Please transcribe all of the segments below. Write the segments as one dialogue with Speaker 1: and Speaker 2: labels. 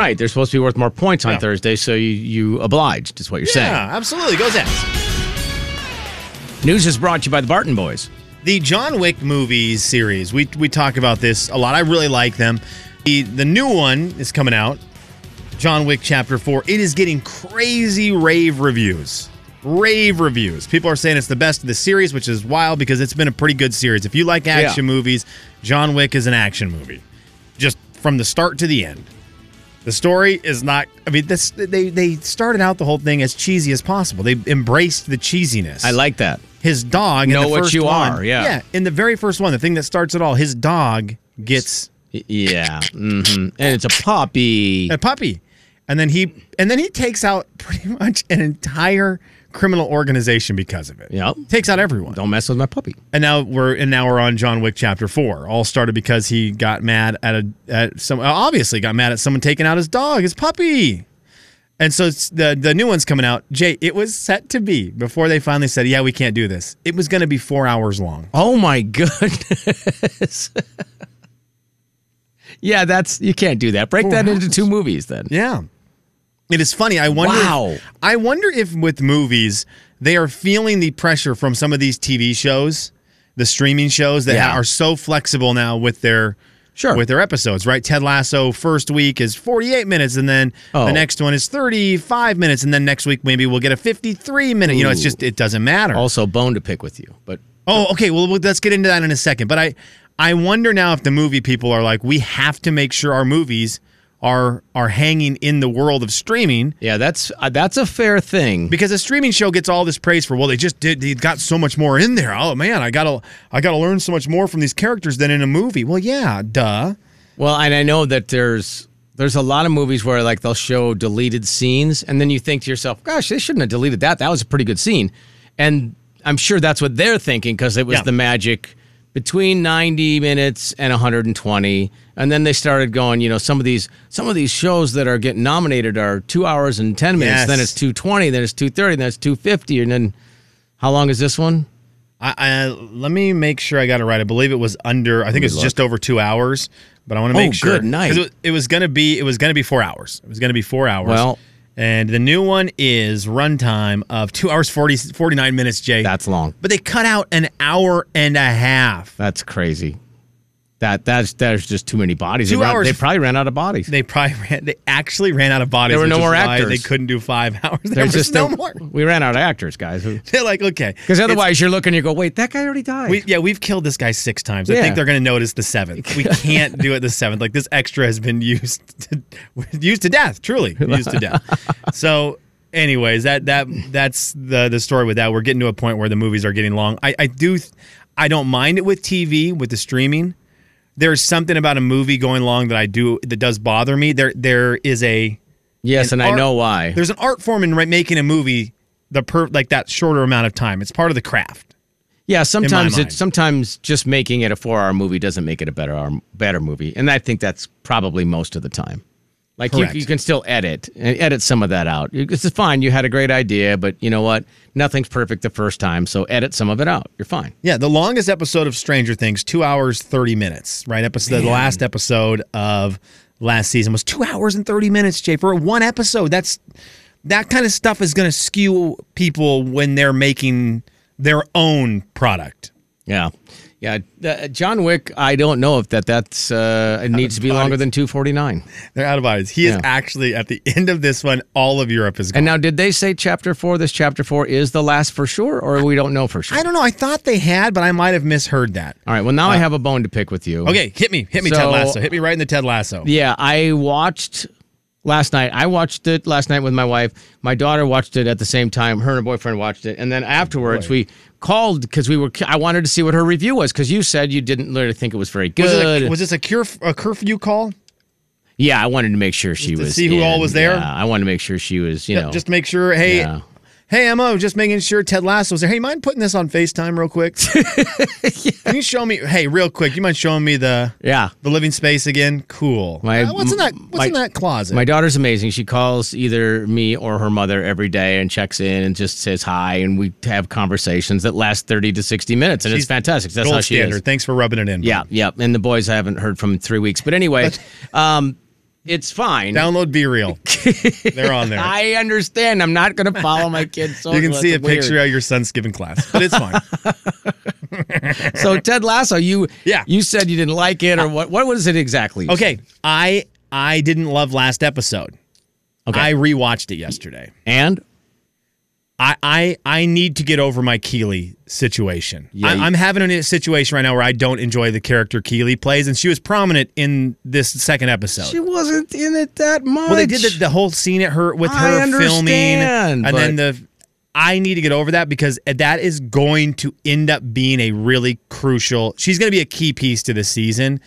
Speaker 1: Right, they're supposed to be worth more points on
Speaker 2: Yeah.
Speaker 1: Thursday, so you, you obliged, is what you're
Speaker 2: Yeah, absolutely. Go Zaps.
Speaker 1: saying. News is brought to you by the Barton Boys.
Speaker 2: The John Wick movies series. We we talk about this a lot. I really like them. The the new one is coming out. John Wick Chapter 4. It is getting crazy rave reviews. Rave reviews. People are saying it's the best of the series, which is wild because it's been a pretty good series. If you like action movies, John Wick is an action movie. Just from the start to the end. The story is not I mean this they they started out the whole thing as cheesy as possible. They embraced the cheesiness
Speaker 1: I like that.
Speaker 2: his dog in
Speaker 1: Know
Speaker 2: the
Speaker 1: what
Speaker 2: first
Speaker 1: you
Speaker 2: one-
Speaker 1: are, yeah.
Speaker 2: yeah in the very first one the thing that starts it all his dog gets
Speaker 1: Y- Yeah. hmm And it's a puppy.
Speaker 2: a puppy and then he and then he takes out pretty much an entire criminal organization because of it
Speaker 1: Yep.
Speaker 2: takes out everyone
Speaker 1: Don't mess with my puppy.
Speaker 2: and now we're and now we're on John Wick chapter 4 all started because he got mad at a at some obviously got mad at someone taking out his dog his puppy and so it's the the new one's coming out Jay it was set to be before they finally said yeah we can't do this it was going to be 4 hours long
Speaker 1: Oh my goodness. yeah, that's you can't do that. Break that into two movies then.
Speaker 2: Yeah. It is funny. I wonder.
Speaker 1: Wow.
Speaker 2: I wonder if with movies they are feeling the pressure from some of these TV shows, the streaming shows that
Speaker 1: Yeah.
Speaker 2: are so flexible now with their
Speaker 1: Sure.
Speaker 2: with their episodes. Right? Ted Lasso first week is 48 minutes, and then
Speaker 1: Oh.
Speaker 2: the next one is 35 minutes, and then next week maybe we'll get a 53 minute. You know, it's
Speaker 1: Ooh.
Speaker 2: just it doesn't matter.
Speaker 1: Also bone to pick with you. But
Speaker 2: Oh, okay. Well, we'll- let's get into that in a second. But I, I wonder now if the movie people are like, we have to make sure our movies are are hanging in the world of streaming
Speaker 1: yeah, that's uh, that's a fair thing.
Speaker 2: because a streaming show gets all this praise for well they just did they got so much more in there oh man i gotta i gotta learn so much more from these characters than in a movie well yeah duh
Speaker 1: Well, and I know that there's there's a lot of movies where like they'll show deleted scenes, and then you think to yourself, "Gosh, they shouldn't have deleted that. That was a pretty good scene." And I'm sure that's what they're thinking because it was
Speaker 2: Yeah.
Speaker 1: the magic between 90 minutes and 120, and then they started going. You know, some of these some of these shows that are getting nominated are two hours and 10 minutes. Then
Speaker 2: Yes.
Speaker 1: it's 220. Then it's 230. Then it's 250. And then how long is this one?
Speaker 2: I, I let me make sure i got it right i believe it was under i think it's
Speaker 1: look.
Speaker 2: just over two hours but i want to make sure
Speaker 1: Oh, good night.
Speaker 2: 'Cause it, it was gonna be it was gonna be four hours it was gonna be four hours
Speaker 1: Well-
Speaker 2: and the new one is runtime of two hours 40, 49 minutes jay
Speaker 1: That's long.
Speaker 2: but they cut out an hour and a half
Speaker 1: That's crazy. That that's there's just too many bodies.
Speaker 2: Two
Speaker 1: they, ran-
Speaker 2: hours-
Speaker 1: they probably ran out of bodies.
Speaker 2: they probably ran, they actually ran out of bodies.
Speaker 1: There were
Speaker 2: which
Speaker 1: no
Speaker 2: is
Speaker 1: more
Speaker 2: why
Speaker 1: actors.
Speaker 2: They couldn't do five hours. There,
Speaker 1: There's
Speaker 2: was
Speaker 1: just
Speaker 2: no, more.
Speaker 1: We ran out of actors, guys. Because
Speaker 2: They're like, okay,
Speaker 1: otherwise, you're looking, you go, wait, that guy already died.
Speaker 2: we, yeah, we've killed this guy six times. I
Speaker 1: Yeah.
Speaker 2: think they're going to notice the seventh. We can't do it the seventh. Like this extra has been used to, used to death. Truly used to death. So, anyways, that that that's the the story with that. We're getting to a point where the movies are getting long. I I do th- I don't mind it with TV with the streaming. There's something about a movie going long that I do that does bother me. There there is a
Speaker 1: yes, and
Speaker 2: art-
Speaker 1: I know why.
Speaker 2: There's an art form in ri- making a movie the per like that shorter amount of time. It's part of the craft.
Speaker 1: Yeah, sometimes
Speaker 2: mind.
Speaker 1: it sometimes just making it a four hour movie doesn't make it a better hour, better movie, and I think that's probably most of the time. Like you,
Speaker 2: Correct.
Speaker 1: you can still edit and edit some of that out. You- It's fine. You had a great idea, but you know what? Nothing's perfect the first time, so edit some of it out. You're fine.
Speaker 2: Yeah, the longest episode of Stranger Things, two hours thirty minutes. Right, episode the last episode of last season was two hours and thirty minutes. Jay for one episode, that's that kind of stuff is going to skew people when they're making their own product.
Speaker 1: Yeah, yeah. Uh, John Wick. I don't know if that that's uh, it needs to be longer than two forty nine.
Speaker 2: They're out of bodies. He
Speaker 1: Yeah.
Speaker 2: is actually at the end of this one. All of Europe is gone.
Speaker 1: And now, did they say chapter four? This chapter four is the last for sure, or we don't know for sure.
Speaker 2: I don't know. I thought they had, but I might have misheard that.
Speaker 1: All right. Well, now I have a bone to pick with you.
Speaker 2: Uh, Okay, hit me, hit me,
Speaker 1: So-
Speaker 2: Ted Lasso. Hit me right in the Ted Lasso.
Speaker 1: Yeah, I watched last night. I watched it last night with my wife. My daughter watched it at the same time. Her and her boyfriend watched it, and then afterwards we called because we were. I wanted to see what her review was because you said you didn't really think it was very
Speaker 2: Was, it
Speaker 1: good.
Speaker 2: a, was this a, cure, a curfew call?
Speaker 1: yeah, I wanted to make sure she
Speaker 2: to
Speaker 1: was.
Speaker 2: see who
Speaker 1: in.
Speaker 2: all was there?
Speaker 1: Yeah, I wanted to make sure she was. You know,
Speaker 2: Just to make sure, hey,
Speaker 1: Yeah.
Speaker 2: hey, Mo, just making sure Ted Lasso's there. Hey, you mind putting this on FaceTime real quick? Can you show me, hey, real quick, you mind showing me the
Speaker 1: yeah.
Speaker 2: the living space again? Cool.
Speaker 1: My-
Speaker 2: Uh, what's in that, what's
Speaker 1: my-
Speaker 2: in that closet?
Speaker 1: My daughter's amazing. She calls either me or her mother every day and checks in and just says hi, and we have conversations that last thirty to sixty minutes, and it's
Speaker 2: She's
Speaker 1: fantastic. That's
Speaker 2: Gold
Speaker 1: how she
Speaker 2: standard.
Speaker 1: is.
Speaker 2: Thanks for rubbing it in.
Speaker 1: Yeah, yeah. And the boys I haven't heard from in three weeks, but anyway, um, it's fine.
Speaker 2: Download Be Real. They're on there.
Speaker 1: I understand. I'm not going to follow my kids.
Speaker 2: You can see a picture of your son's giving class, but it's fine.
Speaker 1: So Ted Lasso, you
Speaker 2: Yeah.
Speaker 1: you said you didn't like it or what? What was it exactly? you
Speaker 2: okay, I I didn't love last episode.
Speaker 1: Okay.
Speaker 2: I rewatched it yesterday.
Speaker 1: said? and
Speaker 2: I, I I need to get over my Keeley situation.
Speaker 1: Yeah,
Speaker 2: I,
Speaker 1: you-
Speaker 2: I'm having a situation right now where I don't enjoy the character Keeley plays, and she was prominent in this second episode.
Speaker 1: she wasn't in it that much.
Speaker 2: well, they did the, the whole scene at her with
Speaker 1: I
Speaker 2: her filming,
Speaker 1: understand,
Speaker 2: and then
Speaker 1: but-
Speaker 2: the. I need to get over that because that is going to end up being a really crucial. She's going to be a key piece to the season,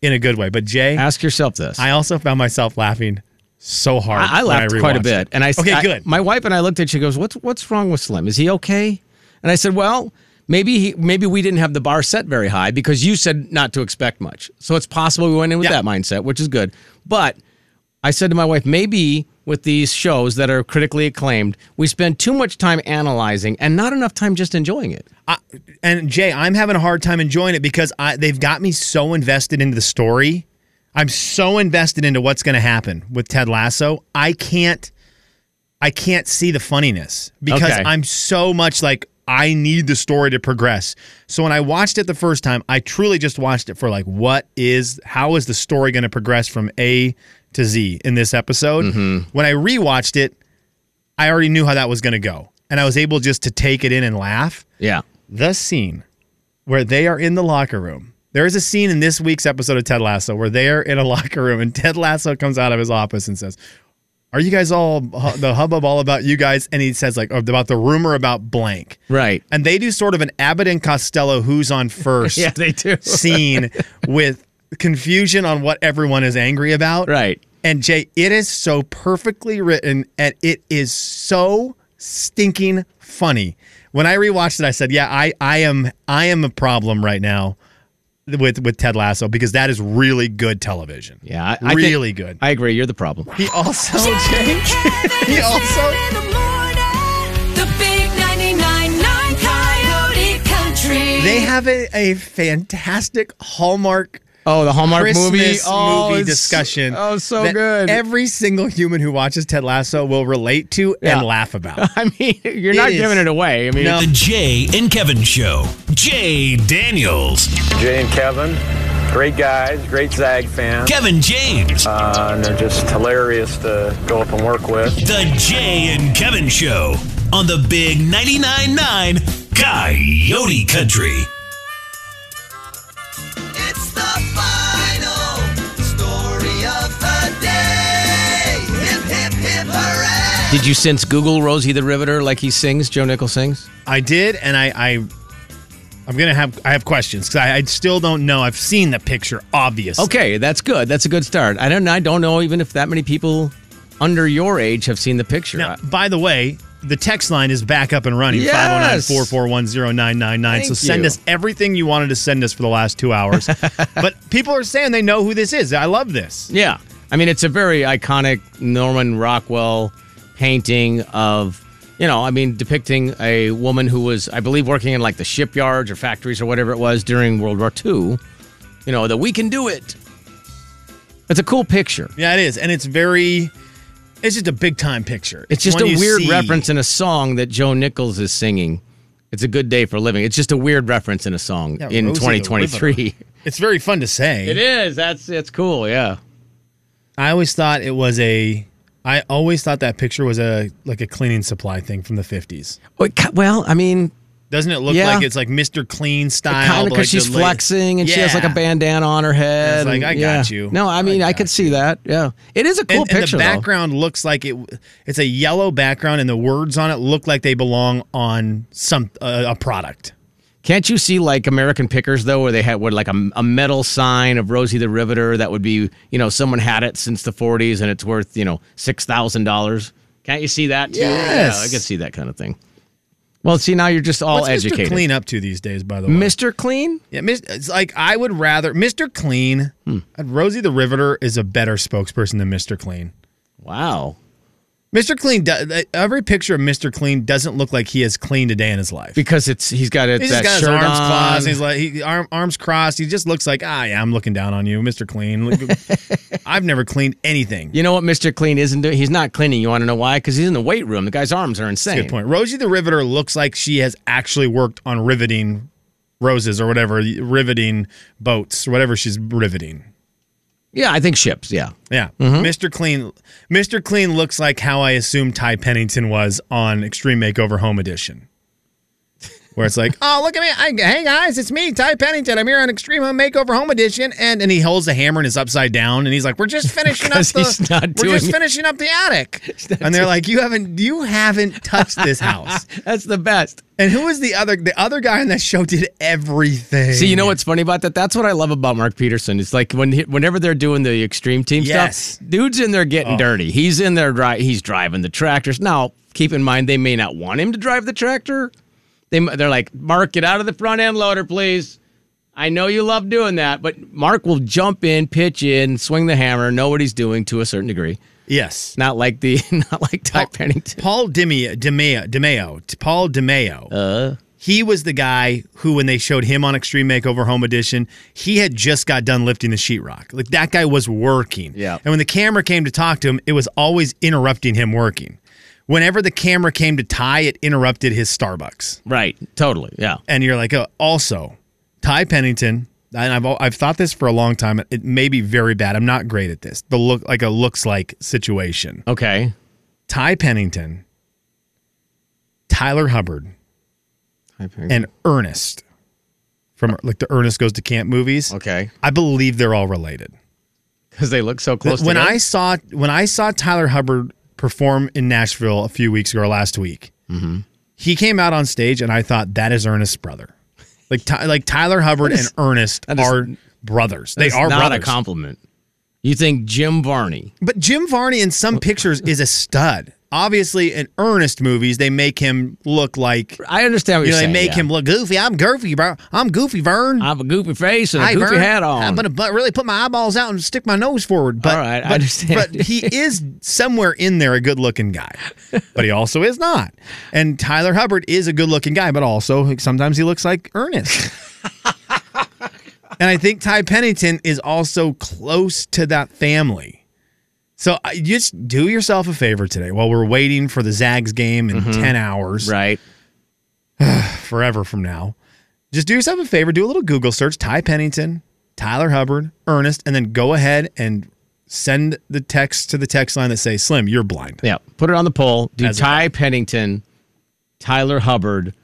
Speaker 2: in a good way. But Jay,
Speaker 1: Ask yourself this.
Speaker 2: I also found myself laughing so hard.
Speaker 1: I, I
Speaker 2: when
Speaker 1: laughed quite a
Speaker 2: rewatched
Speaker 1: bit,
Speaker 2: it.
Speaker 1: and I
Speaker 2: okay,
Speaker 1: I-
Speaker 2: good.
Speaker 1: My wife and I looked at you. Goes, what's what's wrong with Slim? Is he okay? And I said, well, maybe he, maybe we didn't have the bar set very high because you said not to expect much. So it's possible we went in with
Speaker 2: Yeah.
Speaker 1: that mindset, which is good. But I said to my wife, maybe with these shows that are critically acclaimed, we spend too much time analyzing and not enough time just enjoying it.
Speaker 2: I, and Jay, I'm having a hard time enjoying it because I, they've got me so invested into the story. I'm so invested into what's going to happen with Ted Lasso. I can't, I can't see the funniness because
Speaker 1: Okay.
Speaker 2: I'm so much like I need the story to progress. So when I watched it the first time, I truly just watched it for like, what is, how is the story going to progress from A to Z in this episode? When I rewatched it, I already knew how that was going to go, and I was able just to take it in and laugh
Speaker 1: Yeah.
Speaker 2: the scene where they are in the locker room. There is a scene in this week's episode of Ted Lasso where they are in a locker room and Ted Lasso comes out of his office and says, "Are you guys all hu- the hubbub all about you guys?" And he says like "Oh, about the rumor about blank.
Speaker 1: Right.
Speaker 2: And they do sort of an Abbott and Costello who's on first
Speaker 1: Yeah, they do.
Speaker 2: scene with confusion on what everyone is angry about.
Speaker 1: Right.
Speaker 2: And Jay, it is so perfectly written and it is so stinking funny. When I rewatched it, I said, Yeah, I, I am I am a problem right now with with Ted Lasso because that is really good television.
Speaker 1: Yeah. I, I think-
Speaker 2: really good.
Speaker 1: I agree. You're the problem.
Speaker 2: he also Jay, he
Speaker 3: He
Speaker 2: also
Speaker 3: in the morning. The big 99.9 Coyote Country.
Speaker 2: they have a, a fantastic hallmark
Speaker 1: Oh, the Hallmark movie.
Speaker 2: Christmas
Speaker 1: Oh,
Speaker 2: movie
Speaker 1: it's-
Speaker 2: discussion.
Speaker 1: Oh, so
Speaker 2: that
Speaker 1: good.
Speaker 2: Every single human who watches Ted Lasso will relate to
Speaker 1: Yeah.
Speaker 2: and laugh about.
Speaker 1: I mean, you're not
Speaker 2: is-
Speaker 1: giving it away. I mean,
Speaker 2: No.
Speaker 4: The Jay and Kevin Show. Jay Daniels,
Speaker 5: Jay and Kevin, great guys, great Zag fans,
Speaker 4: Kevin James.
Speaker 5: uh, and they're just hilarious to go up and work with.
Speaker 4: The Jay and Kevin Show on the Big 99.9 9 Coyote Country.
Speaker 6: It's the final story of the day. Hip, hip, hip, hooray!
Speaker 1: Did you sense Google Rosie the Riveter like he sings, Joe Nichols sings?
Speaker 2: I did, and I, I I'm gonna have I have questions because I, I still don't know. I've seen the picture, obviously.
Speaker 1: Okay, that's good. That's a good start. I don't I don't know even if that many people under your age have seen the picture.
Speaker 2: Now,
Speaker 1: I-
Speaker 2: by the way, the text line is back up and running.
Speaker 1: Yes!
Speaker 2: 509-441-0999. So
Speaker 1: Thank
Speaker 2: send
Speaker 1: you.
Speaker 2: us everything you wanted to send us for the last two hours. but people are saying they know who this is. I love this.
Speaker 1: yeah. I mean, it's a very iconic Norman Rockwell painting of, you know, I mean, depicting a woman who was, I believe, working in like the shipyards or factories or whatever it was during World War II. You know, that we can do it. It's a cool picture.
Speaker 2: Yeah, it is, and it's very. It's just a big time picture.
Speaker 1: It's just
Speaker 2: one
Speaker 1: a
Speaker 2: you
Speaker 1: weird
Speaker 2: see.
Speaker 1: reference in a song that Joe Nichols is singing. It's a good day for living. It's just a weird reference in a song
Speaker 2: Yeah,
Speaker 1: in
Speaker 2: Rosie the
Speaker 1: 2023.
Speaker 2: Riveter. It's very fun to say.
Speaker 1: It is. That's it's cool. Yeah.
Speaker 2: I always thought it was a. I always thought that picture was a like a cleaning supply thing from the fifties.
Speaker 1: Well, I mean,
Speaker 2: Doesn't it look
Speaker 1: Yeah.
Speaker 2: like it's like Mr. Clean style?
Speaker 1: kind of
Speaker 2: but,
Speaker 1: because
Speaker 2: like,
Speaker 1: she's
Speaker 2: the lady-
Speaker 1: flexing and she has like a
Speaker 2: Yeah.
Speaker 1: bandana on her head.
Speaker 2: It's like,
Speaker 1: and-
Speaker 2: I got
Speaker 1: yeah.
Speaker 2: you.
Speaker 1: No, I
Speaker 2: I
Speaker 1: mean, I,
Speaker 2: got
Speaker 1: could see that. Yeah, it is a cool
Speaker 2: And, and
Speaker 1: picture.
Speaker 2: the
Speaker 1: though.
Speaker 2: background looks like it. It's a yellow background, and the words on it look like they belong on some uh, a product.
Speaker 1: Can't you see like American Pickers though, where they had what like a, a metal sign of Rosie the Riveter that would be you know someone had it since the 40s and it's worth you know six thousand dollars. Can't you see that too?
Speaker 2: Yes.
Speaker 1: yeah, I can see that kind of thing. Well, see now you're just all
Speaker 2: What's
Speaker 1: educated.
Speaker 2: Mr. Clean up to these days? By the way,
Speaker 1: Mr. Clean?
Speaker 2: yeah, mis- it's like I would rather Mr. Clean.
Speaker 1: Hmm.
Speaker 2: uh, Rosie the Riveter is a better spokesperson than Mr. Clean.
Speaker 1: Wow.
Speaker 2: Mr. Clean, do- every picture of Mr. Clean doesn't look like he has cleaned a day in his life.
Speaker 1: because it's he's got it.
Speaker 2: He's
Speaker 1: that
Speaker 2: just got his
Speaker 1: shirt
Speaker 2: arms
Speaker 1: on.
Speaker 2: crossed. He's like he, arm, arms crossed. He just looks like ah yeah, I'm looking down on you, Mr. Clean. Look- I've never cleaned anything.
Speaker 1: You know what Mr. Clean isn't doing? He's not cleaning. You want to know why? Because he's in the weight room. The guy's arms are insane.
Speaker 2: Good point. Rosie the Riveter looks like she has actually worked on riveting roses or whatever, riveting boats or whatever she's riveting.
Speaker 1: Yeah, I think ships. Yeah.
Speaker 2: Yeah,
Speaker 1: Mm-hmm.
Speaker 2: Mr. Clean. Mr. Clean looks like how I assume Ty Pennington was on Extreme Makeover Home Edition, where it's like, "Oh, look at me! I, hey guys, it's me, Ty Pennington. I'm here on Extreme Home Makeover Home Edition." And and he holds a hammer and is upside down, and he's like, "We're just finishing up
Speaker 1: 'Cause
Speaker 2: the,
Speaker 1: he's not
Speaker 2: we're just
Speaker 1: doing it.
Speaker 2: finishing up the attic." And they're like, "You haven't, you haven't touched this house."
Speaker 1: That's the best.
Speaker 2: And who was the other, the other guy on that show? Did everything.
Speaker 1: See, you know what's funny about that? That's what I love about Mark Peterson. It's like when he- whenever they're doing the extreme team
Speaker 2: Yes.
Speaker 1: stuff, dude's in there getting
Speaker 2: Oh.
Speaker 1: dirty. He's in there dri- he's driving the tractors. Now, keep in mind they may not want him to drive the tractor. They m- they're like, "Mark, get out of the front end loader, please." I know you love doing that, but Mark will jump in, pitch in, swing the hammer, know what he's doing to a certain degree.
Speaker 2: Yes.
Speaker 1: Not like the not like
Speaker 2: Oh.
Speaker 1: Ty Pennington.
Speaker 2: Paul DiMeo, DiMeo, DiMeo, T- Paul DiMeo. He was the guy who, when they showed him on Extreme Makeover Home Edition, he had just got done lifting the sheetrock. Like that guy was working.
Speaker 1: Yeah.
Speaker 2: And when the camera came to talk to him, it was always interrupting him working. Whenever the camera came to Ty, it interrupted his Starbucks.
Speaker 1: Right. Totally. Yeah.
Speaker 2: And you're like, oh, also, Ty Pennington. And I've al- I've thought this for a long time. It may be very bad. I'm not great at this. The look like a looks like situation.
Speaker 1: Okay.
Speaker 2: Ty Pennington, Tyler Hubbard,
Speaker 1: Ty Pennington.
Speaker 2: and Ernest from like the Ernest Goes to Camp movies.
Speaker 1: Okay.
Speaker 2: I believe they're all related.
Speaker 1: Cuz they look so close
Speaker 2: when
Speaker 1: together.
Speaker 2: I saw when I saw Tyler Hubbard perform in Nashville a few weeks ago or last week,
Speaker 1: Mm-hmm.
Speaker 2: he came out on stage and I thought that is Ernest's brother. Like Ty, like Tyler Hubbard and Ernest
Speaker 1: that is-
Speaker 2: are brothers. They
Speaker 1: That's
Speaker 2: are
Speaker 1: not
Speaker 2: brothers.
Speaker 1: a compliment. You think Jim Varney?
Speaker 2: But Jim Varney in some pictures is a stud. Obviously, in Ernest movies, they make him look like
Speaker 1: I understand what
Speaker 2: you
Speaker 1: you're
Speaker 2: know,
Speaker 1: saying.
Speaker 2: they make
Speaker 1: yeah.
Speaker 2: him look goofy. I'm goofy, bro. I'm goofy, Vern.
Speaker 1: I have a goofy face and a
Speaker 2: Hey,
Speaker 1: goofy
Speaker 2: Vern,
Speaker 1: hat on.
Speaker 2: I'm gonna bu- really put my eyeballs out and stick my nose forward. But,
Speaker 1: All right, I
Speaker 2: but-
Speaker 1: understand.
Speaker 2: But he is somewhere in there a good-looking guy, but he also is not. And Tyler Hubbard is a good-looking guy, but also sometimes he looks like Ernest. and I think Ty Pennington is also close to that family. So I- just do yourself a favor today while we're waiting for the Zags game in ten hours
Speaker 1: Mm-hmm. right.
Speaker 2: forever from now. Just do yourself a favor, do a little Google search, Ty Pennington, Tyler Hubbard, Ernest, and then go ahead and send the text to the text line that say, Slim, you're blind.
Speaker 1: Yeah. Put it on the poll. Do
Speaker 2: As a-
Speaker 1: Ty Pennington, Tyler Hubbard,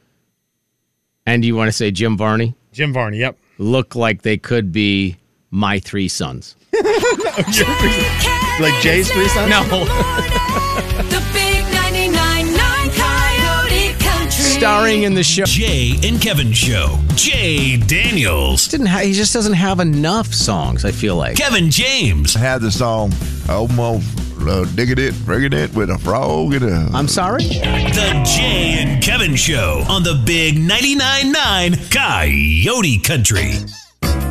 Speaker 1: and you want to say Jim Varney
Speaker 2: Jim Varney, yep.
Speaker 1: look like they could be my three sons?
Speaker 2: Like Jay's three sons?
Speaker 3: the big 999 Coyote Country.
Speaker 1: Starring in the show.
Speaker 4: Jay and Kevin Show. Jay Daniels.
Speaker 1: Didn't ha- he just doesn't have enough songs? I feel like.
Speaker 4: Kevin James.
Speaker 7: had the song almost uh, digging it, frigging it with a frog and a.
Speaker 1: I'm sorry.
Speaker 4: The Jay and Kevin Show on the Big 99.9 9 Coyote Country.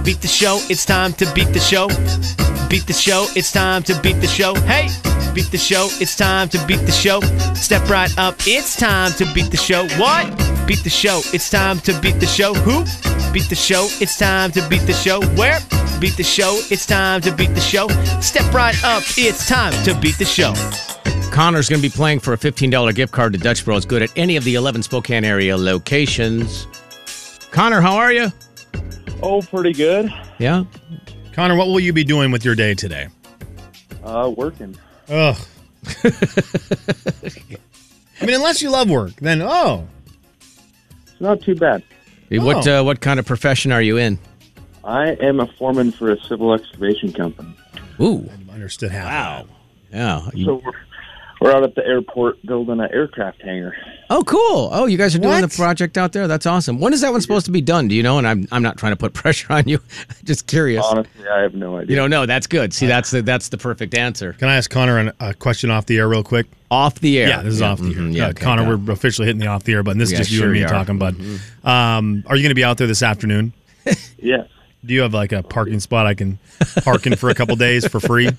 Speaker 8: Beat the show, it's time to beat the show. Beat the show, it's time to beat the show. Hey! Beat the show, it's time to beat the show. Step right up, it's time to beat the show. What? Beat the show, it's time to beat the show. Who? Beat the show, it's time to beat the show. Where? Beat the show, it's time to beat the show. Step right up, it's time to beat the show.
Speaker 1: Connor's going to be playing for a $15 gift card to Dutch Bros Good at any of the 11 Spokane area locations. Connor, how are you?
Speaker 5: Oh, pretty good.
Speaker 1: Yeah.
Speaker 2: Connor, what will you be doing with your day today?
Speaker 5: Uh, working.
Speaker 2: Ugh. I mean, unless you love work, then oh,
Speaker 5: It's not too bad.
Speaker 1: What uh, what kind of profession are you in?
Speaker 5: I am a foreman for a civil excavation company.
Speaker 1: Ooh.
Speaker 2: understood how.
Speaker 1: Yeah. You-
Speaker 5: So we're, we're out at the airport building an aircraft hangar.
Speaker 1: oh, cool. Oh, you guys are doing
Speaker 2: What?
Speaker 1: the project out there. That's awesome. When is that one supposed to be done? Do you know? And I'm I'm not trying to put pressure on you. Just curious.
Speaker 5: Honestly, I have no idea.
Speaker 1: You don't know. That's good. See, that's the that's the perfect answer.
Speaker 2: Can I ask Connor an, a question off the air, real quick?
Speaker 1: Off the air.
Speaker 2: Yeah, this is off the air.
Speaker 1: mhm, yeah,
Speaker 2: Uh,
Speaker 1: okay,
Speaker 2: Connor,
Speaker 1: yeah.
Speaker 2: we're officially hitting the off the air button. This
Speaker 1: Yeah,
Speaker 2: is just you
Speaker 1: sure
Speaker 2: and me
Speaker 1: you are. Mm-hmm.
Speaker 2: talking, bud. Um, are you going to be out there this afternoon?
Speaker 5: yes.
Speaker 2: Do you have like a parking spot I can park in for a couple days for free?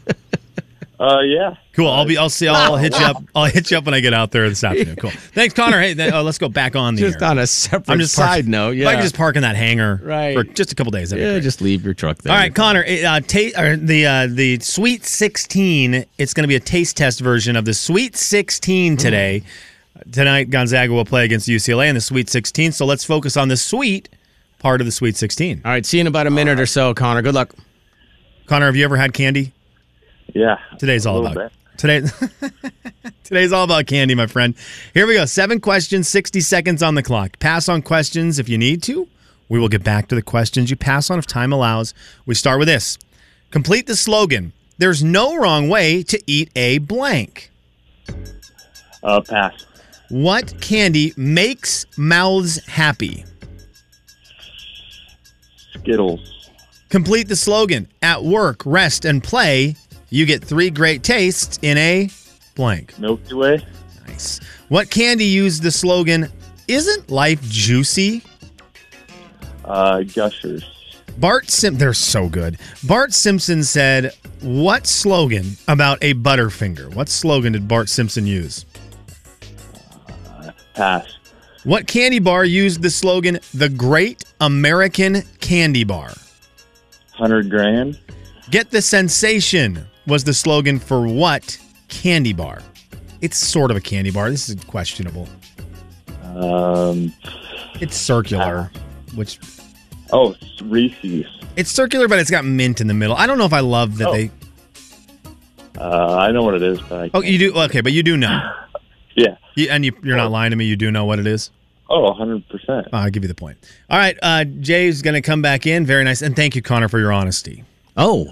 Speaker 9: Uh, yeah.
Speaker 2: Cool. I'll be. I'll see. I'll hit you up. I'll hit you up when I get out there this afternoon. Cool. Thanks, Connor. Hey, then, oh, let's go back on the
Speaker 1: Just
Speaker 2: air.
Speaker 1: on a separate
Speaker 2: I'm just
Speaker 1: side
Speaker 2: parking-
Speaker 1: note.
Speaker 2: if
Speaker 1: Yeah.
Speaker 2: I can just park in that hangar
Speaker 1: Right.
Speaker 2: for just a couple days. that'd be
Speaker 1: yeah,
Speaker 2: great.
Speaker 1: just leave your truck there.
Speaker 2: All right, Connor. it, Uh, ta- or the uh, the Sweet 16. It's going to be a taste test version of the Sweet 16 today. Tonight, Gonzaga will play against UCLA in the Sweet 16. So let's focus on the sweet part of the Sweet 16.
Speaker 1: All right. See you in about a minute or so, Connor. Good luck.
Speaker 2: Connor, have you ever had candy?
Speaker 9: Yeah.
Speaker 2: Today's
Speaker 9: A
Speaker 2: all
Speaker 9: little
Speaker 2: about today. today's all about candy, my friend. Here we go. Seven questions, sixty seconds on the clock. Pass on questions if you need to. We will get back to the questions you pass on if time allows. We start with this. Complete the slogan. There's no wrong way to eat a blank.
Speaker 9: Uh, pass.
Speaker 2: What candy makes mouths happy?
Speaker 9: Skittles.
Speaker 2: Complete the slogan. At work, rest, and play, you get three great tastes in a blank.
Speaker 9: Milky Way.
Speaker 2: Nice. What candy used the slogan, Isn't life juicy?
Speaker 9: Uh, Gushers.
Speaker 2: Bart Sim, they're so good. Bart Simpson said, What slogan about a Butterfinger? What slogan did Bart Simpson use?
Speaker 9: Pass.
Speaker 2: What candy bar used the slogan, The Great American Candy Bar?
Speaker 9: Hundred grand.
Speaker 2: Get the sensation was the slogan for what candy bar? It's sort of a candy bar. This is questionable.
Speaker 9: Um.
Speaker 2: It's circular, which
Speaker 9: Oh, it's Reese's.
Speaker 2: it's circular, but it's got mint in the middle. I don't know if I love that
Speaker 9: Oh.
Speaker 2: they.
Speaker 9: Uh, I know what it is, but I
Speaker 2: Oh, you do okay, but you do know,
Speaker 9: yeah.
Speaker 2: you, and you, you're not lying to me. You do know what it is.
Speaker 9: Oh, hundred percent.
Speaker 2: Uh, I'll give you the point. All right, uh, Jay's going to come back in. Very nice, and thank you, Connor, for your honesty.
Speaker 1: Oh,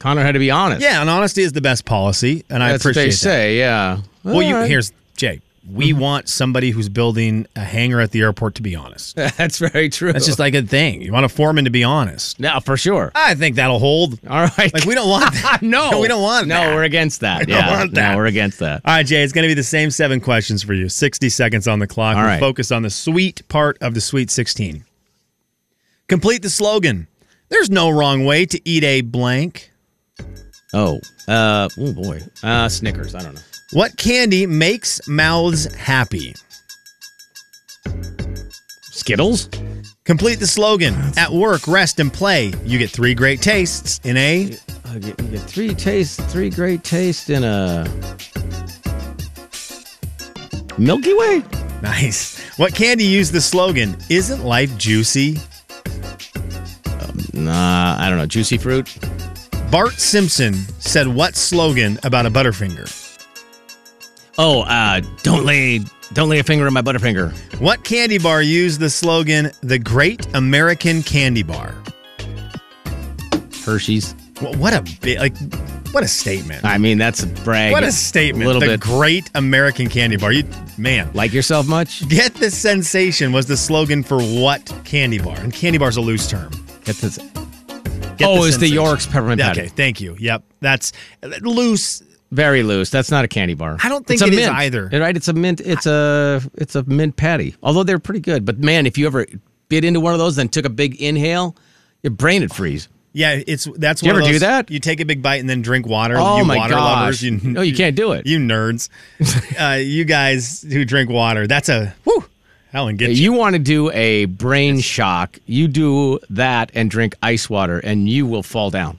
Speaker 1: Connor had to be honest.
Speaker 2: Yeah, and honesty is the best policy, and I
Speaker 1: That's what
Speaker 2: appreciate
Speaker 1: they
Speaker 2: that.
Speaker 1: say. Yeah.
Speaker 2: Well, you,
Speaker 1: All right. Mm-hmm.
Speaker 2: here's Jay. We want somebody who's building a hangar at the airport to be honest.
Speaker 1: That's very true.
Speaker 2: That's just like a thing. You want a foreman to be honest.
Speaker 1: now for sure.
Speaker 2: I think that'll hold.
Speaker 1: All right.
Speaker 2: Like we don't want that.
Speaker 1: no,
Speaker 2: we don't want
Speaker 1: No,
Speaker 2: that.
Speaker 1: we're against that.
Speaker 2: don't
Speaker 1: yeah,
Speaker 2: want that.
Speaker 1: no, we're against that.
Speaker 2: All right, Jay, it's going to be the same seven questions for you. 60 seconds on the clock.
Speaker 1: All
Speaker 2: We'll
Speaker 1: right.
Speaker 2: focus on the sweet part of the Sweet 16. Complete the slogan. There's no wrong way to eat a blank.
Speaker 1: Oh, uh, oh boy, uh, Snickers. I don't know.
Speaker 2: What candy makes mouths happy?
Speaker 1: Skittles.
Speaker 2: Complete the slogan. At work, rest, and play, you get three great tastes in a.
Speaker 1: I get, Uh, you get three tastes, three great tastes in a Milky Way.
Speaker 2: Nice. What candy used the slogan? Isn't life juicy?
Speaker 1: Nah, I don't know. Juicy fruit.
Speaker 2: Bart Simpson said what slogan about a Butterfinger?
Speaker 1: Oh, uh, don't lay, don't lay a finger on my butterfinger.
Speaker 2: What candy bar used the slogan, the Great American Candy Bar?
Speaker 1: Hershey's.
Speaker 2: Wh- What a big, like, what a statement.
Speaker 1: I mean, that's a brag.
Speaker 2: What a statement.
Speaker 1: A little
Speaker 2: the
Speaker 1: bit.
Speaker 2: Great American Candy Bar. You, man.
Speaker 1: like yourself much?
Speaker 2: Get the sensation was the slogan for what candy bar? And candy bar's a loose term.
Speaker 1: Get this.
Speaker 2: Get
Speaker 1: oh, it's the
Speaker 2: sensation.
Speaker 1: York's peppermint
Speaker 2: Yeah,
Speaker 1: patty.
Speaker 2: Okay, thank you. Yep, that's uh, loose.
Speaker 1: Very loose. That's not a candy bar.
Speaker 2: I don't think
Speaker 1: it's a
Speaker 2: it is
Speaker 1: mint.
Speaker 2: either.
Speaker 1: Right? It's a mint. It's a it's a mint patty. Although they're pretty good. But man, if you ever bit into one of those, then took a big inhale, your brain would freeze.
Speaker 2: Yeah, it's that's.
Speaker 1: Do you
Speaker 2: one of
Speaker 1: ever do
Speaker 2: those-
Speaker 1: that?
Speaker 2: You take a big bite and then drink water.
Speaker 1: Oh
Speaker 2: you
Speaker 1: my
Speaker 2: water
Speaker 1: gosh.
Speaker 2: lovers, you,
Speaker 1: No, you can't do it.
Speaker 2: You nerds, uh, you guys who drink water. That's a whew. Helen, get you.
Speaker 1: You want to do a brain shock? You do that and drink ice water, and you will fall down.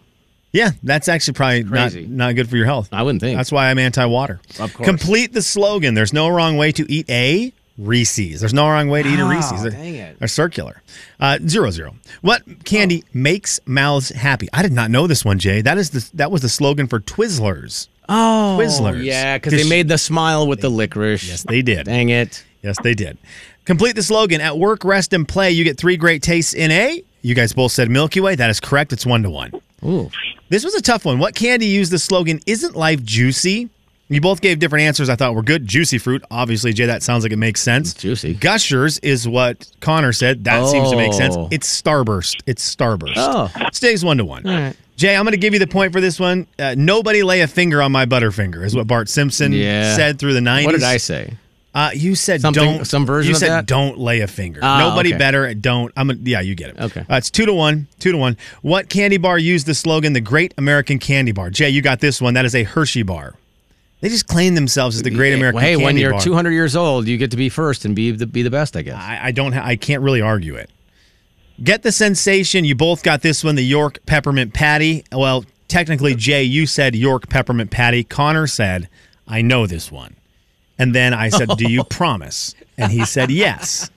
Speaker 2: Yeah, that's actually probably not,
Speaker 1: Crazy.
Speaker 2: not good for your health.
Speaker 1: I wouldn't think.
Speaker 2: That's why I'm anti-water. Of
Speaker 1: course.
Speaker 2: Complete the slogan. There's no wrong way to eat a Reese's. There's no wrong way to eat a
Speaker 1: Wow,
Speaker 2: Reese's. They're-
Speaker 1: Oh, dang it. Oh.
Speaker 2: They're circular. Uh, zero zero. What candy makes mouths happy? I did not know this one, Jay. That is the that was the slogan for Twizzlers.
Speaker 1: oh,
Speaker 2: Twizzlers.
Speaker 1: Yeah, because they made the smile with the licorice.
Speaker 2: Yes, they did.
Speaker 1: Dang it!
Speaker 2: Yes, they did. Complete the slogan. At work, rest, and play, you get three great tastes in a. You guys both said Milky Way. That is correct. It's one to one.
Speaker 1: Ooh,
Speaker 2: This was a tough one. What candy used the slogan, Isn't life juicy? You both gave different answers I thought were good. Juicy fruit, obviously, Jay, that sounds like it makes sense.
Speaker 1: It's juicy.
Speaker 2: Gushers is what Connor said. That seems to make sense.
Speaker 1: Oh.
Speaker 2: It's Starburst. It's Starburst.
Speaker 1: Oh.
Speaker 2: Stays one to one.
Speaker 1: right.
Speaker 2: Jay, I'm going to give you the point for this one. Uh, nobody lay a finger on my Butterfinger, is what Bart Simpson
Speaker 1: Yeah.
Speaker 2: said through the 90s.
Speaker 1: what did I say?
Speaker 2: Uh, you said
Speaker 1: Something-
Speaker 2: don't.
Speaker 1: some version
Speaker 2: You
Speaker 1: of
Speaker 2: said
Speaker 1: that?
Speaker 2: don't lay a finger.
Speaker 1: Ah,
Speaker 2: Nobody
Speaker 1: okay.
Speaker 2: better at don't. I'm. A, yeah, you get it.
Speaker 1: Okay.
Speaker 2: Uh, it's two to one. Two to one. What candy bar used the slogan "The Great American Candy Bar"? Jay, you got this one. That is a Hershey bar. They just claim themselves as the Great American.
Speaker 1: hey,
Speaker 2: candy
Speaker 1: when you're
Speaker 2: bar.
Speaker 1: 200 years old, you get to be first and be the be the best. I guess.
Speaker 2: I, I don't. Ha- I can't really argue it. Get the sensation. You both got this one. The York peppermint patty. Well, technically, Jay, you said York peppermint patty. Connor said, "I know this one," and then I said, "Do you promise?" And he said, "Yes,"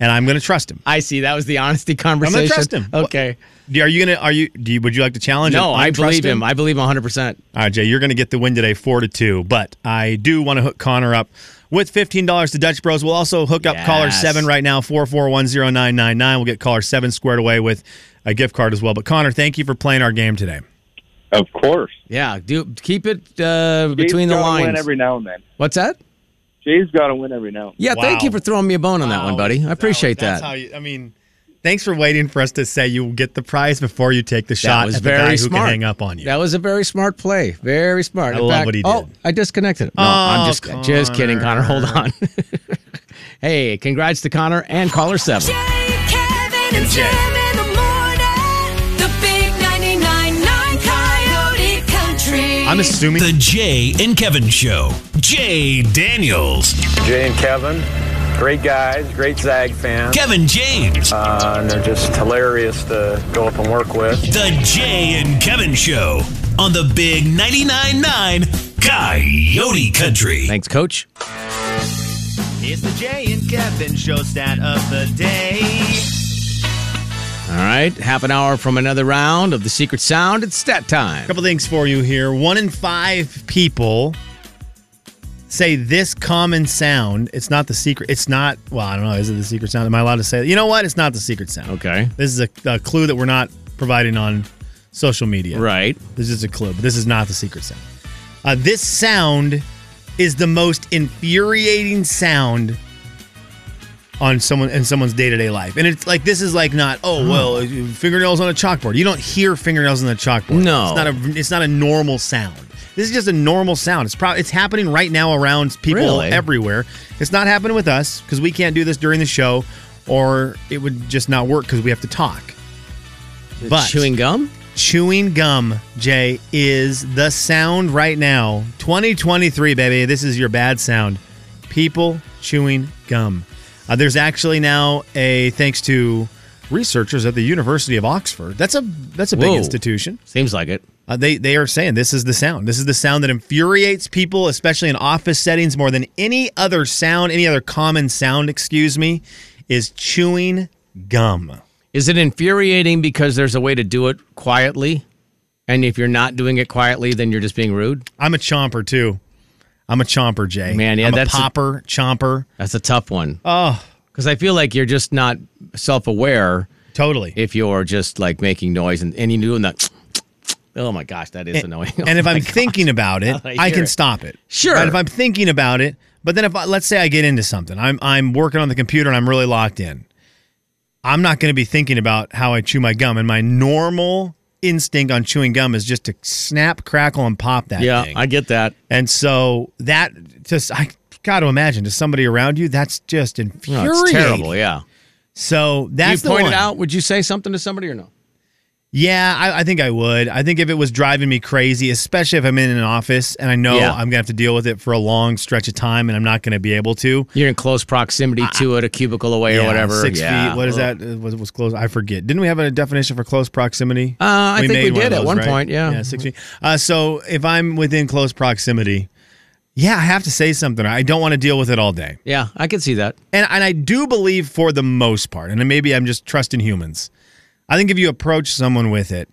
Speaker 2: and I'm going to trust him.
Speaker 1: I see. That was the honesty conversation.
Speaker 2: trust him.
Speaker 1: Okay.
Speaker 2: Are you gonna? Are you? Do you? Would you like to challenge?
Speaker 1: No,
Speaker 2: him?
Speaker 1: I
Speaker 2: Untrust
Speaker 1: believe him. I believe 100. percent
Speaker 2: All right, Jay, you're going to get the win today, four to two. But I do want to hook Connor up with fifteen dollars to Dutch Bros. We'll also hook up caller
Speaker 1: Yes.
Speaker 2: seven right now, four four one zero nine nine nine. We'll get caller seven squared away with a gift card as well. But Connor, thank you for playing our game today.
Speaker 9: Of course.
Speaker 1: Yeah. Do keep it uh, between
Speaker 9: Jay's
Speaker 1: the
Speaker 9: gotta Win
Speaker 1: lines.
Speaker 9: every now and then.
Speaker 1: What's that?
Speaker 9: Jay's got to win every now. And then.
Speaker 1: Yeah. Thank
Speaker 2: Wow.
Speaker 1: you for throwing me a bone on that one, buddy. I appreciate
Speaker 2: That's
Speaker 1: that.
Speaker 2: how you, I mean, thanks for waiting for us to say you will get the prize before you take the shot
Speaker 1: that was
Speaker 2: at the
Speaker 1: very
Speaker 2: guy
Speaker 1: smart.
Speaker 2: who can hang up on you.
Speaker 1: That was a very smart play. Very smart.
Speaker 2: I
Speaker 1: In
Speaker 2: love
Speaker 1: fact-
Speaker 2: what he
Speaker 1: Oh,
Speaker 2: did.
Speaker 1: I disconnected it. No,
Speaker 2: Oh,
Speaker 1: I'm just just kidding, Connor. Hold
Speaker 2: Connor.
Speaker 1: on. hey, congrats to Connor and caller seven.
Speaker 3: Jay, Kevin, and
Speaker 2: Jay.
Speaker 3: Jim in the morning. The big 99.9 Coyote Country.
Speaker 2: I'm assuming
Speaker 4: The Jay and Kevin Show. Jay Daniels,
Speaker 5: Jay and Kevin, great guys, great Zag fans.
Speaker 4: Kevin James,
Speaker 5: Uh, and they're just hilarious to go up and work with.
Speaker 4: The Jay and Kevin Show on the Big 99.9 Coyote Country.
Speaker 1: Thanks, Coach.
Speaker 8: It's the Jay and Kevin show stat of the day.
Speaker 1: All right, half an hour from another round of the Secret Sound. It's stat time.
Speaker 2: couple things for you here. One in five people say this common sound. It's not the secret. It's not. Well, I don't know. Is it the secret sound? Am I allowed to say? It? You know what? It's not the secret sound.
Speaker 1: Okay.
Speaker 2: This is a, a clue that we're not providing on social media.
Speaker 1: Right.
Speaker 2: This is a clue, but this is not the secret sound. Uh, this sound is the most infuriating sound on someone in someone's day-to-day life. And it's like this is like not, oh well, uh, fingernails on a chalkboard. You don't hear fingernails on the chalkboard.
Speaker 1: No.
Speaker 2: It's not a it's not a normal sound. This is just a normal sound. It's probably it's happening right now around people
Speaker 1: Really?
Speaker 2: everywhere. It's not happening with us because we can't do this during the show or it would just not work because we have to talk But-
Speaker 1: chewing gum.
Speaker 2: chewing gum, Jay, is the sound right now. 2023, baby. This is your bad sound. People chewing gum. Uh, there's actually now a thanks to researchers at the University of Oxford. That's a that's a big
Speaker 1: Whoa.
Speaker 2: institution.
Speaker 1: Seems like it.
Speaker 2: Uh, they they are saying this is the sound. This is the sound that infuriates people, especially in office settings, more than any other sound, any other common sound. Excuse me, is chewing gum.
Speaker 1: Is it infuriating because there's a way to do it quietly? And if you're not doing it quietly, then you're just being rude.
Speaker 2: I'm a chomper too. I'm a chomper, Jay.
Speaker 1: Man, yeah,
Speaker 2: I'm
Speaker 1: that's
Speaker 2: a
Speaker 1: a-
Speaker 2: popper, chomper.
Speaker 1: That's a tough one.
Speaker 2: Oh,
Speaker 1: Because I feel like you're just not self aware
Speaker 2: totally.
Speaker 1: if you're just like making noise and, and you're doing that. Oh my gosh, that is annoying.
Speaker 2: and if I'm thinking about it,
Speaker 1: Oh I
Speaker 2: I
Speaker 1: hear
Speaker 2: can
Speaker 1: it.
Speaker 2: stop it.
Speaker 1: Sure.
Speaker 2: But if I'm thinking about it, but then if I, let's say I get into something, I'm I'm working on the computer and I'm really locked in. I'm not going to be thinking about how I chew my gum, and my normal instinct on chewing gum is just to snap, crackle, and pop that
Speaker 1: yeah,
Speaker 2: thing.
Speaker 1: I get that.
Speaker 2: and so that just I got to imagine to somebody around you that's just
Speaker 1: No,
Speaker 2: infuriating.
Speaker 1: it's terrible. Yeah.
Speaker 2: So that's
Speaker 1: you
Speaker 2: the
Speaker 1: pointed
Speaker 2: one.
Speaker 1: out. Would you say something to somebody or no?
Speaker 2: Yeah, I, I think I would. I think if it was driving me crazy, especially if I'm in an office and I know
Speaker 1: Yeah.
Speaker 2: I'm gonna have to deal with it for a long stretch of time and I'm not gonna be able to.
Speaker 1: You're in close proximity to it, a cubicle away
Speaker 2: Ah. Yeah,
Speaker 1: or whatever.
Speaker 2: Six
Speaker 1: yeah.
Speaker 2: feet. What is that? Uh, Was was close? I forget. Didn't we have a definition for close proximity?
Speaker 1: Uh, I think
Speaker 2: made
Speaker 1: we
Speaker 2: of
Speaker 1: did at one
Speaker 2: right?
Speaker 1: point, yeah.
Speaker 2: Yeah, six feet. Uh, so if I'm within close proximity, yeah, I have to say something. I don't want to deal with it all day.
Speaker 1: Yeah, I can see that.
Speaker 2: and and I do believe for the most part, and maybe I'm just trusting humans. I think if you approach someone with it,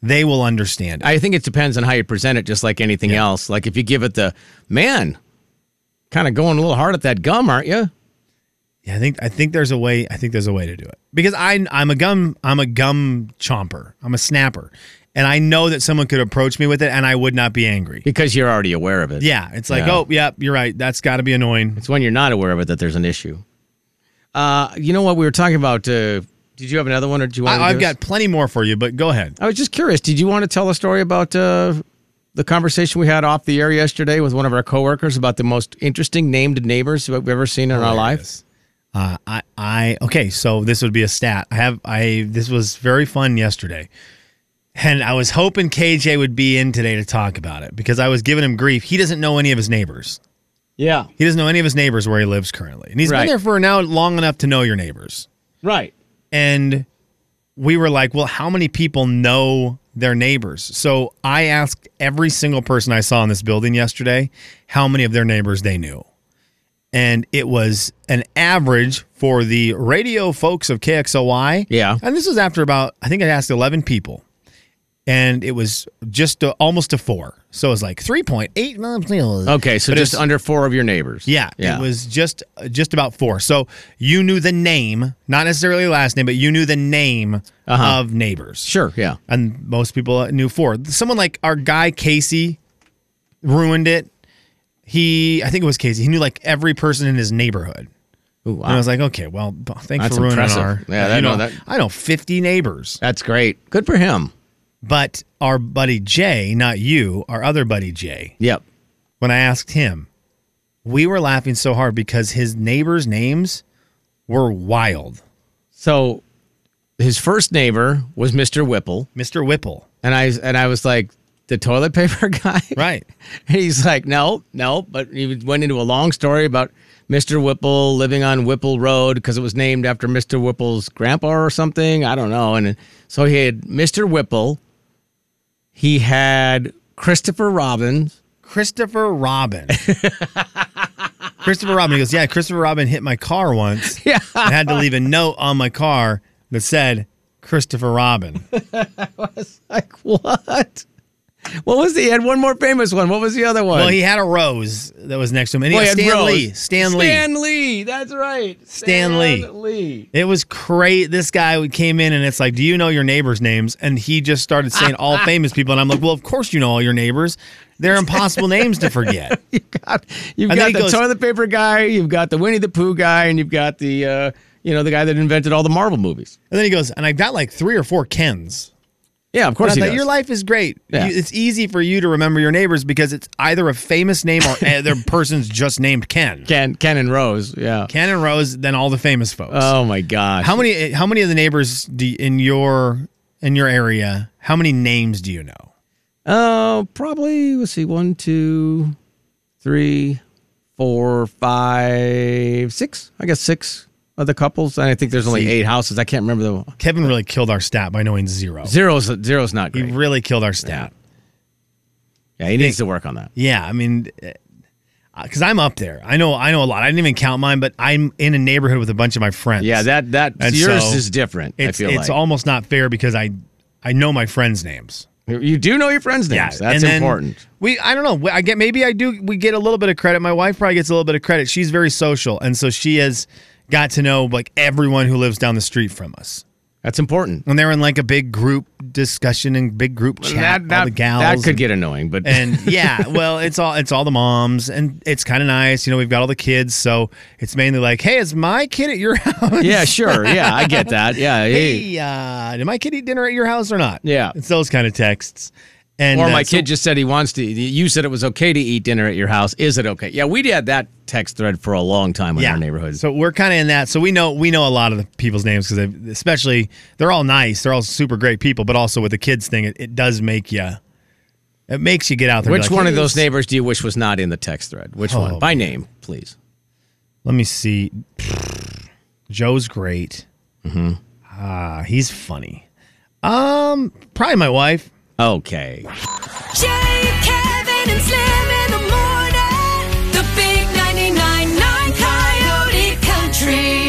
Speaker 2: they will understand. It.
Speaker 1: I think it depends on how you present it, just like anything else. Like if you give it the man, kind of going a little hard at that gum, aren't you?
Speaker 2: yeah, I think I think there's a way. I think there's a way to do it because I I'm a gum I'm a gum chomper. I'm a snapper, and I know that someone could approach me with it, and I would not be angry.
Speaker 1: Because you're already aware of it.
Speaker 2: Yeah, it's like
Speaker 1: Yeah.
Speaker 2: oh yeah, you're right. That's got to be annoying.
Speaker 1: It's when you're not aware of it that there's an issue. Uh, you know what we were talking about? Uh, did you have another one, or do you want? to
Speaker 2: I, I've
Speaker 1: do this?
Speaker 2: got plenty more for you, but go ahead.
Speaker 1: I was just curious. Did you want to tell a story about uh, the conversation we had off the air yesterday with one of our coworkers about the most interesting named neighbors that we've ever seen in our life?
Speaker 2: Uh, I, I, okay, so this would be a stat. I have, I, this was very fun yesterday. And I was hoping KJ would be in today to talk about it because I was giving him grief. He doesn't know any of his neighbors.
Speaker 1: Yeah.
Speaker 2: He doesn't know any of his neighbors where he lives currently. And he's
Speaker 1: Right.
Speaker 2: been there for now long enough to know your neighbors.
Speaker 1: Right.
Speaker 2: And we were like, well, how many people know their neighbors? So I asked every single person I saw in this building yesterday how many of their neighbors they knew. And it was an average for the radio folks of KXOY.
Speaker 1: Yeah.
Speaker 2: And this was after about, I think I asked 11 people. And it was just a, almost a four. So it was like 3.8 million people.
Speaker 1: Okay, so
Speaker 2: But
Speaker 1: just
Speaker 2: it's-
Speaker 1: under four of your neighbors.
Speaker 2: yeah,
Speaker 1: yeah.
Speaker 2: it was just just about four. So you knew the name, not necessarily last name, but you knew the name
Speaker 1: Uh-huh.
Speaker 2: of neighbors.
Speaker 1: sure. Yeah.
Speaker 2: And most people knew four. Someone like our guy Casey ruined it. He, I think it was Casey. He knew like every person in his neighborhood.
Speaker 1: Ooh, wow.
Speaker 2: And I was like, okay, well, b- thanks
Speaker 1: That's
Speaker 2: for ruining
Speaker 1: impressive.
Speaker 2: our.
Speaker 1: Yeah, that-
Speaker 2: you know,
Speaker 1: no, that-
Speaker 2: I know fifty neighbors.
Speaker 1: That's great. Good for him.
Speaker 2: But our buddy Jay, not you, our other buddy Jay,
Speaker 1: Yep.
Speaker 2: when I asked him, we were laughing so hard because his neighbors' names were wild.
Speaker 1: So his first neighbor was Mr. Whipple,
Speaker 2: Mr. Whipple,
Speaker 1: and I and I was like the toilet paper guy.
Speaker 2: right?
Speaker 1: And he's like, no, no. But he went into a long story about Mr. Whipple living on Whipple Road because it was named after Mr. Whipple's grandpa or something. I don't know. And so he had Mr. Whipple. He had Christopher Robbins.
Speaker 2: Christopher Robin. Christopher Robin. He goes, yeah, Christopher Robin hit my car once. Yeah, I had to leave a note on my car that said Christopher Robin.
Speaker 1: Like what? What was the? He had one more famous one. What was the other one?
Speaker 2: well, he had a rose that was next to him, and he
Speaker 1: Oh, he
Speaker 2: had Stan
Speaker 1: Rose.
Speaker 2: Lee. Stan Lee.
Speaker 1: Stan Lee. That's right.
Speaker 2: Stan Lee.
Speaker 1: Lee.
Speaker 2: It was great. This guy came in and it's like, Do you know your neighbors' names? And he just started saying all famous people. And I'm like, Well, of course you know all your neighbors. They're impossible names to forget.
Speaker 1: God, you've
Speaker 2: And then
Speaker 1: got
Speaker 2: he
Speaker 1: the
Speaker 2: goes-
Speaker 1: toilet paper guy, you've got the Winnie the Pooh guy, and you've got the uh, you know the guy that invented all the Marvel movies.
Speaker 2: And then he goes, And I got like three or four Kens.
Speaker 1: Yeah, of
Speaker 2: And
Speaker 1: course
Speaker 2: I
Speaker 1: he
Speaker 2: thought,
Speaker 1: does.
Speaker 2: Your life is great.
Speaker 1: Yeah.
Speaker 2: You- it's easy for you to remember your neighbors because it's either a famous name or other person's just named Ken.
Speaker 1: Ken, Ken and Rose. Yeah.
Speaker 2: Ken and Rose, then all the famous folks.
Speaker 1: Oh my gosh.
Speaker 2: how many how many of the neighbors do you, in your in your area, how many names do you know?
Speaker 1: Oh, probably. Let's see. One, two, three, four, five, six. I guess six other couples, and I think there's only
Speaker 2: See.
Speaker 1: eight houses. I can't remember the
Speaker 2: Kevin really killed our stat by knowing zero.
Speaker 1: zeros. Zero's not
Speaker 2: He
Speaker 1: great.
Speaker 2: really killed our stat.
Speaker 1: Yeah, he needs to work on that.
Speaker 2: Yeah, I mean, because I'm up there. I know, I know a lot. I didn't even count mine, but I'm in a neighborhood with a bunch of my friends.
Speaker 1: Yeah, that that
Speaker 2: And
Speaker 1: yours
Speaker 2: so
Speaker 1: is different.
Speaker 2: it's
Speaker 1: I feel
Speaker 2: it's
Speaker 1: like
Speaker 2: almost not fair because I I know my friends' names.
Speaker 1: you do know your friends' names. That's
Speaker 2: and then
Speaker 1: important.
Speaker 2: We I don't know. I get maybe I do. We get a little bit of credit. My wife probably gets a little bit of credit. She's very social, and so she has got to know like everyone who lives down the street from us.
Speaker 1: That's important.
Speaker 2: And they're in like a big group discussion and big group chat.
Speaker 1: that that,
Speaker 2: all the gals
Speaker 1: that
Speaker 2: and-
Speaker 1: could get annoying, but
Speaker 2: and yeah well it's all it's all the moms and it's kind of nice you know we've got all the kids so it's mainly like hey is my kid at your house
Speaker 1: yeah, sure, yeah, I get that. Yeah, hey.
Speaker 2: hey uh did my kid eat dinner at your house or not
Speaker 1: Yeah.
Speaker 2: it's those kind of texts and
Speaker 1: or
Speaker 2: uh,
Speaker 1: my
Speaker 2: so-
Speaker 1: kid just said he wants to. You said it was okay to eat dinner at your house. Is it okay? Yeah, we had that text thread for a long time in
Speaker 2: yeah
Speaker 1: our neighborhood.
Speaker 2: so we're kind of in that so we know we know a lot of the people's names because especially they're all nice they're all super great people but also with the kids thing it, it does make you it makes you get out there and be
Speaker 1: Which
Speaker 2: like,
Speaker 1: one of
Speaker 2: "Hey,
Speaker 1: those
Speaker 2: it's-
Speaker 1: neighbors do you wish was not in the text thread? Which one?
Speaker 2: Oh,
Speaker 1: By name, please.
Speaker 2: Let me see. Joe's great. Ah, he's funny. Um, probably my wife.
Speaker 1: Okay.
Speaker 3: Jay, Kevin, and Slim in the morning. The big 99.9 Coyote Country.